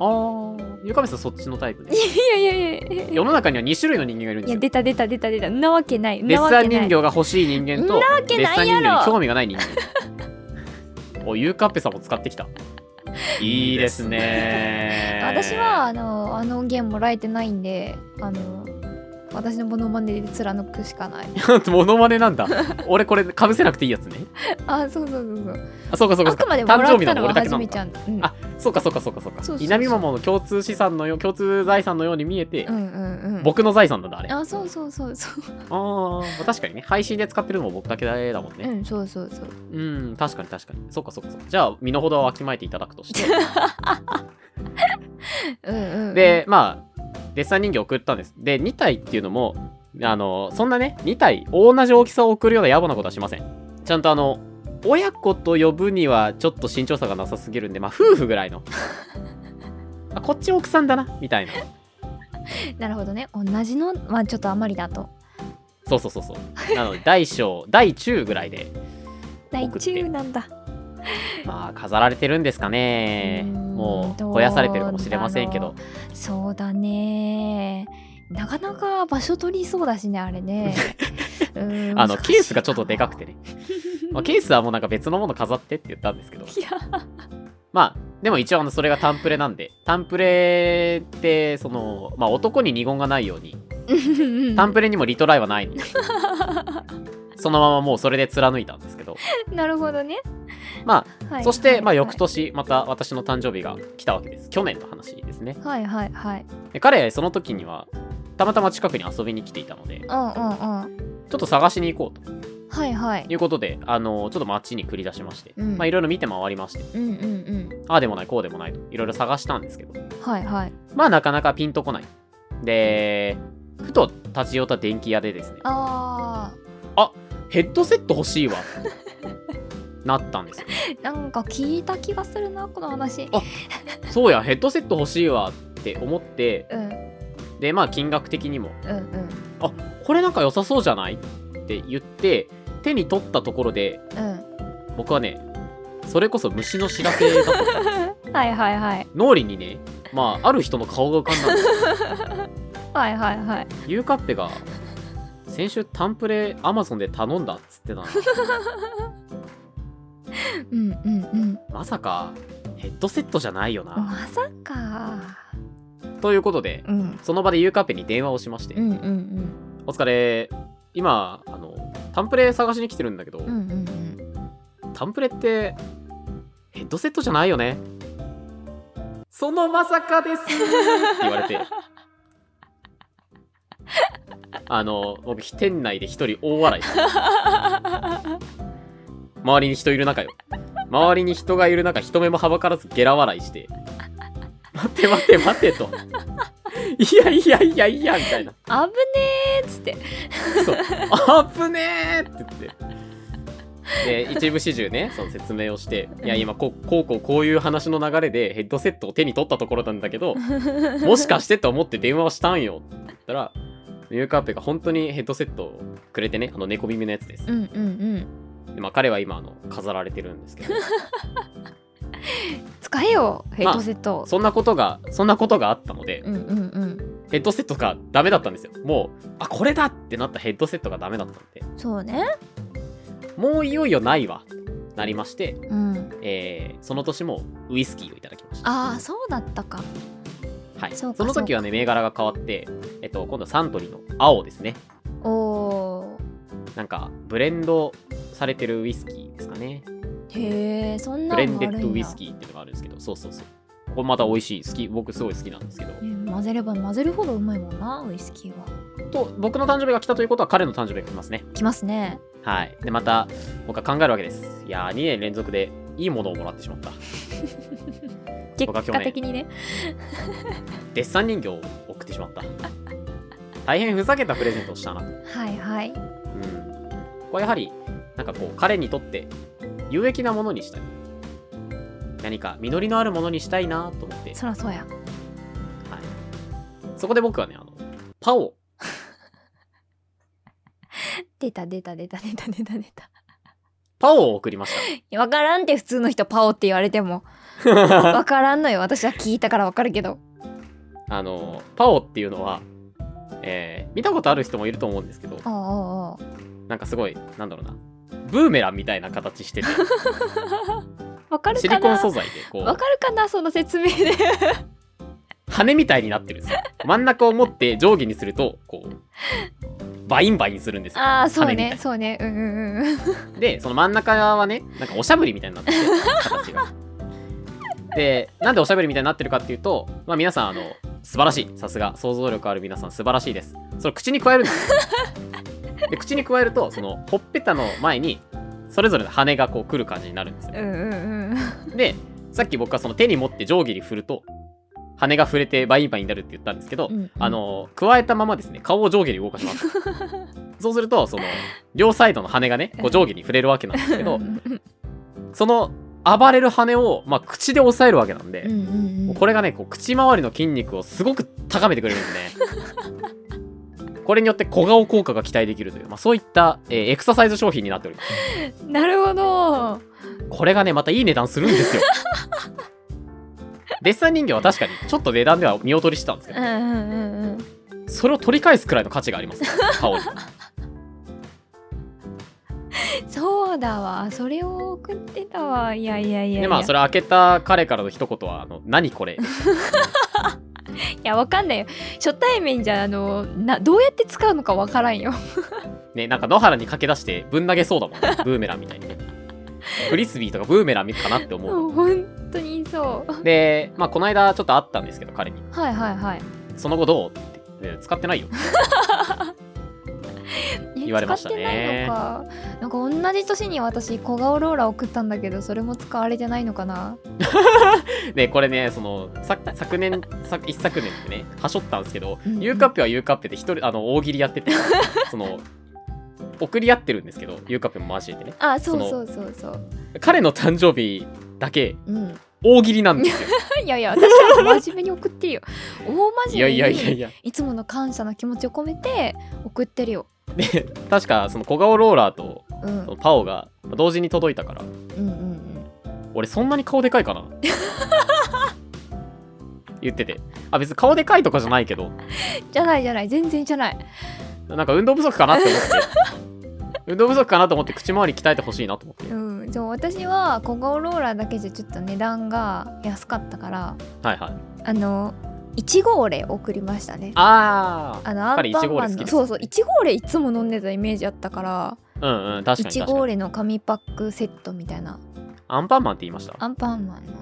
あー、ゆかめさんそっちのタイプね。
いやいやいやいや
世の中には2種類の人間がいるん
い
です
や
よ。
出た出た出た出たんなわけないん
デ
な
ッ
わ
サ
け
ン人
ない
形が欲しい人間と、
け
デッ
ない
サン人
やろ
形に興味がない人間。お、ゆかっぺさんも使ってきた。いいですね。
私はあのあの音源もらえてないんであの私のモノマネで貫くしか ない
モノマネなんだ。俺これかぶせなくていいやつね。
あそうそうそうそう
あ、そうかそうかそ
あ
うか。
くまでもら
誕生
っ
日な
た
の
のは
俺だけな
はじ
の
め
か
ちゃん、うん、
あそうかそうかそうかそうか
そうそうそう
稲見桃の共通資産のよ共通財産のように見えて、
うんうんうん
僕の財産なんだあれあ
あそうそうそうそう
あー確かにね配信で使ってるのも僕だけだもん
う
ね
んそうそうそう
うん確かに確かにそうかそうかそうかじゃあ身の程はわきまえていただくとして
うんうんうん
でまあデッサン人形送ったんですで2体っていうのもあのそんなね2体同じ大きさを送るような野暮なことはしませんちゃんとあの親子と呼ぶにはちょっと身長差がなさすぎるんでまあ夫婦ぐらいのあこっち奥さんだなみたいな
なるほどね同じのまあちょっとあまりだと
そうそうそうそう。なので、大小、大中ぐらいで、
大
送って
中なんだ
まあ、飾られてるんですかね。
うーん
もう、
どう
肥やされてるかもしれませんけど。
そうだねなかなか場所取りそうだしねあ れねうん
あの、
難しい
ケースがちょっとでかく てね。まあ、ケースはもうなんか別のもの飾ってって言ったんですけど。
いや
まあ、でも一応、あの、それがタンプレなんで、タンプレって、その、まあ、男に二言がないように、タンプレにもリトライはない ので、そのままもうそれで貫いたんですけど。
なるほどね。
ま
は
あ、
い
そして、まあ、翌。
は
年、また私の誕生日が来たわけです。去年の話ですね。
いはいはいはい。
で彼その時にはたまたま近くに遊びに来ていたのでち
うんうんうん。
ょっと探しに行こうと
はいはい。
いうことであのちょっと街に繰り出しまして、
うん
まあいろいろ見て回りまして
うんうん
ああでもないこうでもないといろいろ探したんですけど
うん。はいはい。
まあなかなかピンとこないでふと立ち寄った電気屋でですね
あ
ヘッドセット欲しいわ なったんですよ
ーなんか聞いた気がするなこの話。
そうやヘッドセット欲しいわって思って
うんうん
でまあ金額的にも
うん
あこれなんか良さそうじゃないって言って手に取ったところで
う
僕はねそれこそ虫の知らせだと
ん。 はいはいはい
脳裏にねまあある人の顔が浮かんだんですよ
はいはいはい。
ゆうかっぺが先週タンプレアマゾンで頼んだっつってた の
うんうんうん。
まさかヘッドセットじゃないよな、
まさか。
ということで
うん
その場でゆうかっぺに電話をしまして「
うんうん
お疲れ今あのタンプレ探しに来てるんだけど、
うんうんうん
タンプレってヘッドセットじゃないよねそのまさかですって言われてあの僕店内で一人大笑いした周りに人いる中よ周りに人がいる中人目もはばからずゲラ笑いして待って待って待ってといやいやいやいやみたいな
危ねえっつって。
そう「あぶねえ!」って言ってで一部始終ねその説明をして「いや今ここうこうこういう話の流れでヘッドセットを手に取ったところなんだけ どもしかしてと思って電話をしたんよ」って言ったらユーカーペが本当にヘッドセットをくれてねあの猫耳のやつです
う、んうんうん。
でまあ、彼は今あの飾られてるんですけど
使えよヘッドセット。
そんなことがそんなことがあったので
うんうんうん。
ヘッドセットがダメだったんですよもうあこれだってなったヘッドセットがダメだったので
そうね。
もういよいよないわとなりまして
うん。
えーその年もウイスキーをいただきました。
ああそうだったか。
はい、
そうか
の時はね、銘柄が変わって、えっと、今度はサントリーの青ですね。
おお。
なんか、ブレンドされてるウイスキーですかね。
へえそんな
ブ
の
レ
あるん
ンデ
だ
ッドウイスキーっていうのがあるんですけど、そうそうそう。これまた美味しい、好き、僕すごい好きなんですけど。
ね混ぜれば混ぜるほどうまいもんなウイスキーは
と、僕の誕生日が来たということは、彼の誕生日が来ますね。
きますね
はい。で、また、僕は考えるわけです。いやー、2年連続でいいものをもらってしまった。
結
僕は去年
果的にね
デッサン人形を送ってしまった。大変ふざけたプレゼントをしたなと。
はいはい
うん、これやはりなんかこう彼にとって有益なものにしたい何か実りのあるものにしたいなと思って、はい、
そらそうや
そこで僕はねあのパオ
出た出た出た出た出た出た
パオを送りました
いやわからんって普通の人パオって言われてもわからんのよ私は聞いたからわかるけど
あのパオっていうのは、えー見たことある人もいると思うんですけど
あああ
なんかすごいなんだろうなブーメランみたいな形 してて
あわかる
シ
か
リコン
な
素材でこ
わ
う
かるかなその説明で
羽みたいになってるんですよ真ん中を持って上下にするとこうバインバインするんですよ
ああそう
羽みたい
ねそうねうんうんうん
でその真ん中はねなんかおしゃぶりみたいになってて形がでなんでおしゃぶりみたいになってるかっていうと、まあ、皆さんあの素晴らしいさすが想像力ある皆さん素晴らしいですそれ口に加えるんですよで口に加えるとそのほっぺたの前にそれぞれの羽がこう来る感じになるんですよ
うんうんうん
でさっき僕はその手に持って上下に振ると羽が触れてバインバインになるって言ったんですけど、
うんうん
あの加えたままですね顔を上下に動かします そうするとその両サイドの羽がねこう上下に触れるわけなんですけど
うん
その暴れる羽を、まあ、口で押さえるわけなんで、
うんうん
これがねこう口周りの筋肉をすごく高めてくれるんで ねこれによって小顔効果が期待できるという、まあ、そういった、えーエクササイズ商品になっております
なるほど
これがねまたいい値段するんですよデッサン人形は確かにちょっと値段では見劣りしてたんですけ
う
ど、
んうんうんうん
それを取り返すくらいの価値があります羽 織
そうだわそれを送ってたわいやいやいやい
で
や、
まあそれ開けた彼からの一言は「あの何これ」
いやわかんないよ初対面じゃあのなどうやって使うのかわからんよ
ね、 なんか野原に駆け出してぶん投げそうだ もんね、ブーメランみたいにね。フリスビーとかブーメランかなって思
も
う。
う本当にそう
で、まあ、この間ちょっと会ったんですけど、彼に。
はいはいはい
その後どうって、ね使ってないよ。
え
言われましたね
使ってないのかなんか同じ年に私小顔ローラー送ったんだけどそれも使われてないのかな
で、これね、その、さ昨年、さ一昨年ってね、はしょったんですけど
うんう、ん
ゆうカッペはゆうカッペで一人、あの、大喜利やって て、その、送り合ってるんですけど、ゆうカッペも交えてね。
あそうそうそうそう
彼の誕生日だけ、
うん
大喜利なんです よ。
いやいや 私は真面目に送っていいよ大
い
真
や
面目に
いやいやいや。
いつもの感謝の気持ちを込めて送ってるよ
で、確か、その小顔ローラーと、
うん
そうのパオが同時に届いたから、
んうん
俺そんなに顔でかい かな言っててあ別に顔でかいとかじゃないけど
うんじゃないじゃない全然じゃない
なんか運動不足かなって思って 運動不足かなと思って口周り鍛えてほしいなと思って、
うんじゃあ私は小顔ローラーだけじゃちょっと値段が安かったから
はいはい
あの1号令送りましたね
あ
あのアン
彼イ
パンマ
チゴーレ好
ン
きで
の
す
そうそういちごいつも飲んでたイメージあったから
あうんうん確か
い
に
ち
確
ご
か
ー
に
レの紙パックセットみたいな
アンパンマンって言いました
アンパンマンの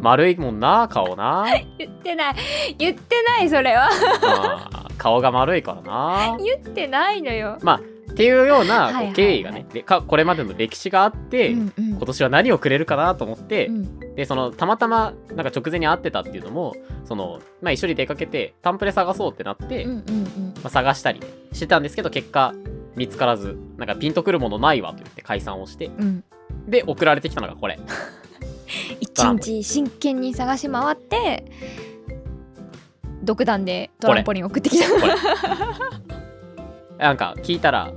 丸いもんな顔な
言ってない言ってないそれは
あー顔が丸いからな
言ってないのよ、
っていうような
はいは
こ
いは
う
い
経緯がね、でかこれまでの歴史があって、
うんうん
今年は何をくれるかなと思って、
うん
でそのたまたまなんか直前に会ってたっていうのもその、まあ、一緒に出かけてタンプレ探そうってなって、
うんうんうん
まあ、探したりしてたんですけど結果見つからずなんかピンとくるものないわと言って解散をして
うん
で送られてきたのがこれ
一日真剣に探し回って独断でトランポリン送ってきた
これなんか聞いたら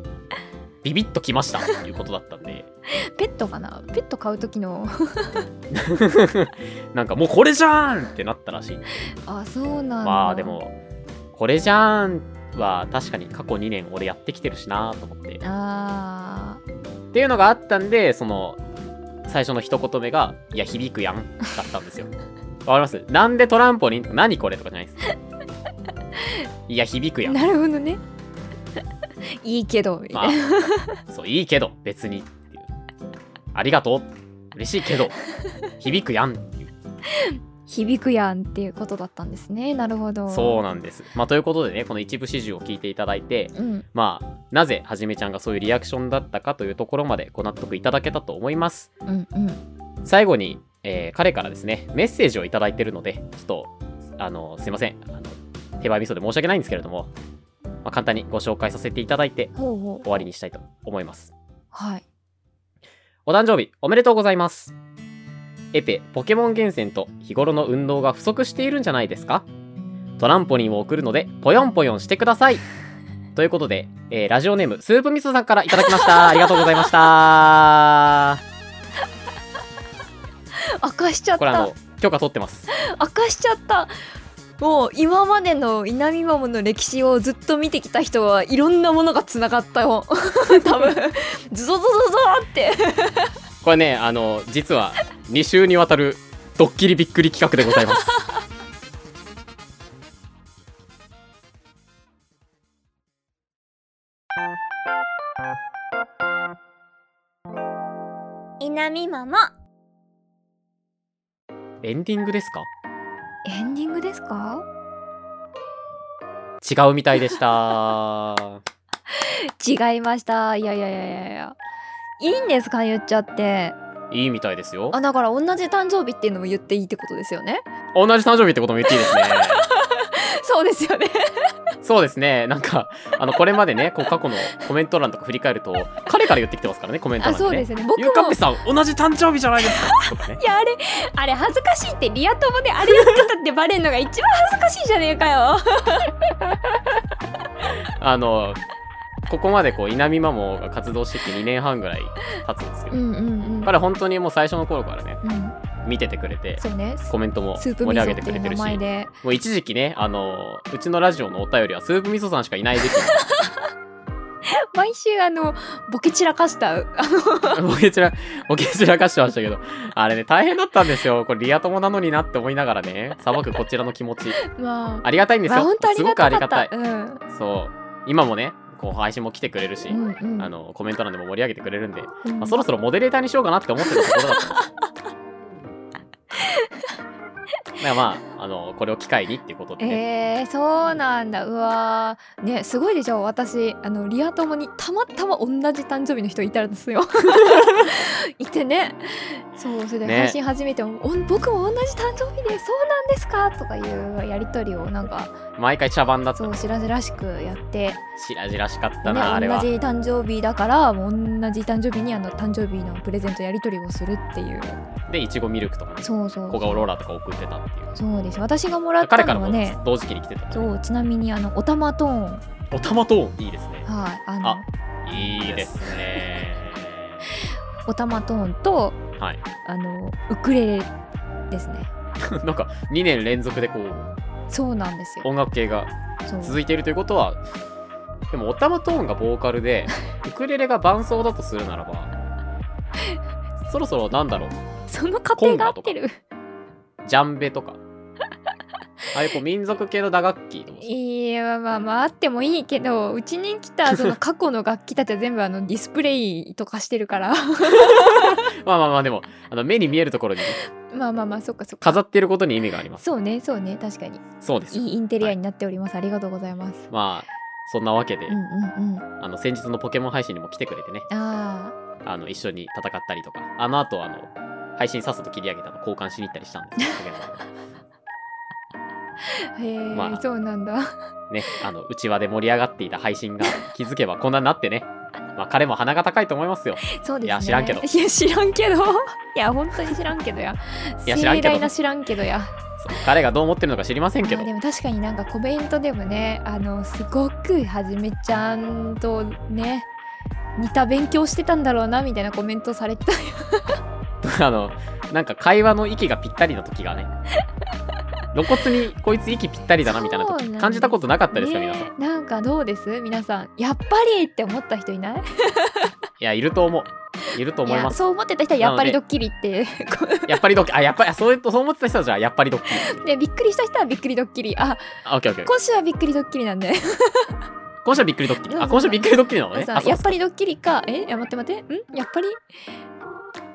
ビビッときましたっていうことだったんで
ペットかなペット買う時の
なんかもうこれじゃーんってなったらしい
あそうなんだ
まあでもこれじゃーんは確かに過去2年俺やってきてるしなーと思って
あー
っていうのがあったんでその最初の一言目が「いや響くやん」だったんですよわかりますなんでトランポリンとか何これとかじゃないですいや響くやん
なるほど ねいいけどみたいな、
まあそういいけど別にっていうありがとう嬉しいけど響くやんっていう
響くやんっていうことだったんですねなるほど
そうなんですまあということでねこの一部始終を聞いていただいて
うん
まあなぜはじめちゃんがそういうリアクションだったかというところまでご納得いただけたと思います
うんうん
最後に、えー彼からですねメッセージをいただいてるのでちょっとあのすいませんあの手前味噌で申し訳ないんですけれども、まあ、簡単にご紹介させていただいて
ほうほう
終わりにしたいと思います
はい
お誕生日おめでとうございますエペポケモン厳選と日頃の運動が不足しているんじゃないですかトランポリンを送るのでポヨンポヨンしてくださ いということで、えー ラジオネームスープミスさんからいただきましたありがとうございました
明かしちゃっ
これあ
た
の許可取ってます
明かしちゃったもう今までの稲見マモの歴史をずっと見てきた人はいろんなものがつながったよ 多分ズゾゾゾゾって
これねあの実は2週にわたるドッキリびっくり企画でございます
稲見マモ
エンディングですか
エンディングですか
違うみたいでした
違いましたいやいやいやいやいやいいんですか言っちゃって
いいみたいですよ
あだから同じ誕生日っていうのも言っていいってことですよ ね
同じ誕生日ってことも言っていいですね
そうですよね
そうですねなんかあのこれまでねこう過去のコメント欄とか振り返ると彼から言ってきてますからねコメント
あ
欄
そう
で
で
ね
すね僕
ゆうかっ
も
ぺさん同じ誕生日じゃないですかとかね
いやあれあれ恥ずかしいってリア友であれやってたってバレんのが一番恥ずかしいじゃねえかよ
あのここまでこう稲見マモが活動してきて2年半ぐらい経つんですけ
う
ど、
んうんうん
彼本当にもう最初の頃からね
うん
見ててくれて
そうねス
コメントも盛
スープ
り
味
上
噌
げ
って
く
てい
れ
う
て
名
るし
前で
もう一時期ねあのうちのラジオのお便りはスープみそさんしかいない時期
毎週あのボケ散らかしたあの
ボケ散ら、ボケ散らかしてましたけど、あれね、大変だったんですよ。これ、リア友なのになって思いながらね、さばくこちらの気持ち。
まあ
ありがたいんです
まあ
よ。
本当あり
すご
が
くあり
た
が
か
た
っ
い
た。うん
そう。今もね、こう配信も来てくれるし、
うんうん
あのコメント欄でも盛り上げてくれるんで、ま
うん
あ、そろそろモデレーターにしようかなって思ってたところだったんです。だからまあ、あのこれを機会にっていうことで、ね
えー、そうなんだうわーねすごいでしょ私あのリア友にたまたま同じ誕生日の人いたんで すよいてねそうそれで
ね
配信始めても、おん僕も同じ誕生日でそうなんですかとかいうやり取りをなんか
毎回茶番だった
そうしらじらしくやって
しらじらしかった
ね、
な、あれは
同じ誕生日だからもう同じ誕生日にあの誕生日のプレゼントやり取りをするっていう
でいちごミルクとかね
そうそう
小顔ローラーとか送ってたっていう
そうです私がもらった
彼から
のは
も
ね
同時期に来てた、ね、
そうちなみにあのおたまトーンはい
おたまトーンいいですね
あの
あいいですね
おたまトーンと
はい
あのウクレレですね
なんか2年連続でこう
そうなんですよ
音楽系が
そう
続いているということはでもおたまトーンがボーカル でウクレレが伴奏だとするならばそろそろなんだろう
その過程が合ってる
ジャンベとかああいうこう民族系の打楽器とか
いやまあまああってもいいけどうちに来 たその過去の楽器たちは全部あのディスプレイとかしてるから
まあまあまあでもあの目に見えるところにね
まあまあまあそっかそっか
飾っていることに意味があります
そうねそうね確かに
そうです
いいインテリアになっております、ありがとうございます
まあそんなわけで、
うんうんうん
あの先日のポケモン配信にも来てくれてね
あー
あの一緒に戦ったりとかあのあとあの配信さっさと切り上げたの交換しに行ったりしたんです けど
へえ、
まあ
そうなんだ
ねあのうちわで盛り上がっていた配信が気づけばこんなになってねまあ彼も鼻が高いと思いますよ
そうですね
いや知らんけど
いや知らんけど いや本当に知らんけどや
いや知らんけど
盛大な知らんけどや
そう彼がどう思ってるのか知りませんけ
ま
ど
あでも確かになんかコメントでもねあのすごくはじめちゃんとね似た勉強してたんだろうなみたいなコメントされてたよ
あのなんか会話の息がぴったりな時がね露骨にこいつ息ぴったりだなみたいな
そうなん
時
です
感じたことなかったですか、
ね
皆さんい
なんかどうです皆さんやっぱりって思った人いない
やいると思ういると思い
や
ます
そう思ってた人はやっぱり
な
ドッキリってこう
やっぱりドッキリあやっぱりあそういうそう思ってた人はじゃあやっぱりドッキリ
でびっくりした人はびっくりドッキリあ
あオッケーオッケー
今週はびっくりドッキリなん で
今週はびっくりドッキリ
そう
あ今週はびっくりドッキリなのね
さ
あそう
やっぱりドッキリかえいや待って待ってんやっぱり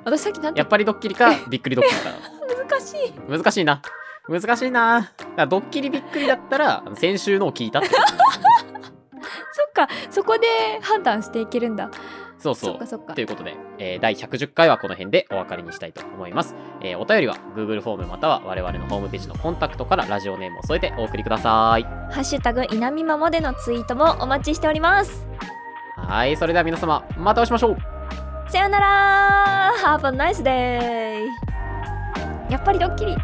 私さっきなんて
やっぱりドッキリかびっくりドッキリか
難しい
な難しいな難しいなだからドッキリびっくりだったらあの先週のを聞いたってこと
そっかそこで判断していけるんだ
そう
そ
そ
っか
う
そっか
ということで、えー第110回はこの辺でお別れにしたいと思います、えーお便りは Google フォームまたは我々のホームページのコンタクトからラジオネームを添えてお送りください
ハッシュタグいなみままでのツイートもお待ちしております
はいそれでは皆様またお会いしましょう
さよなら Have a nice day やっぱりドッキリ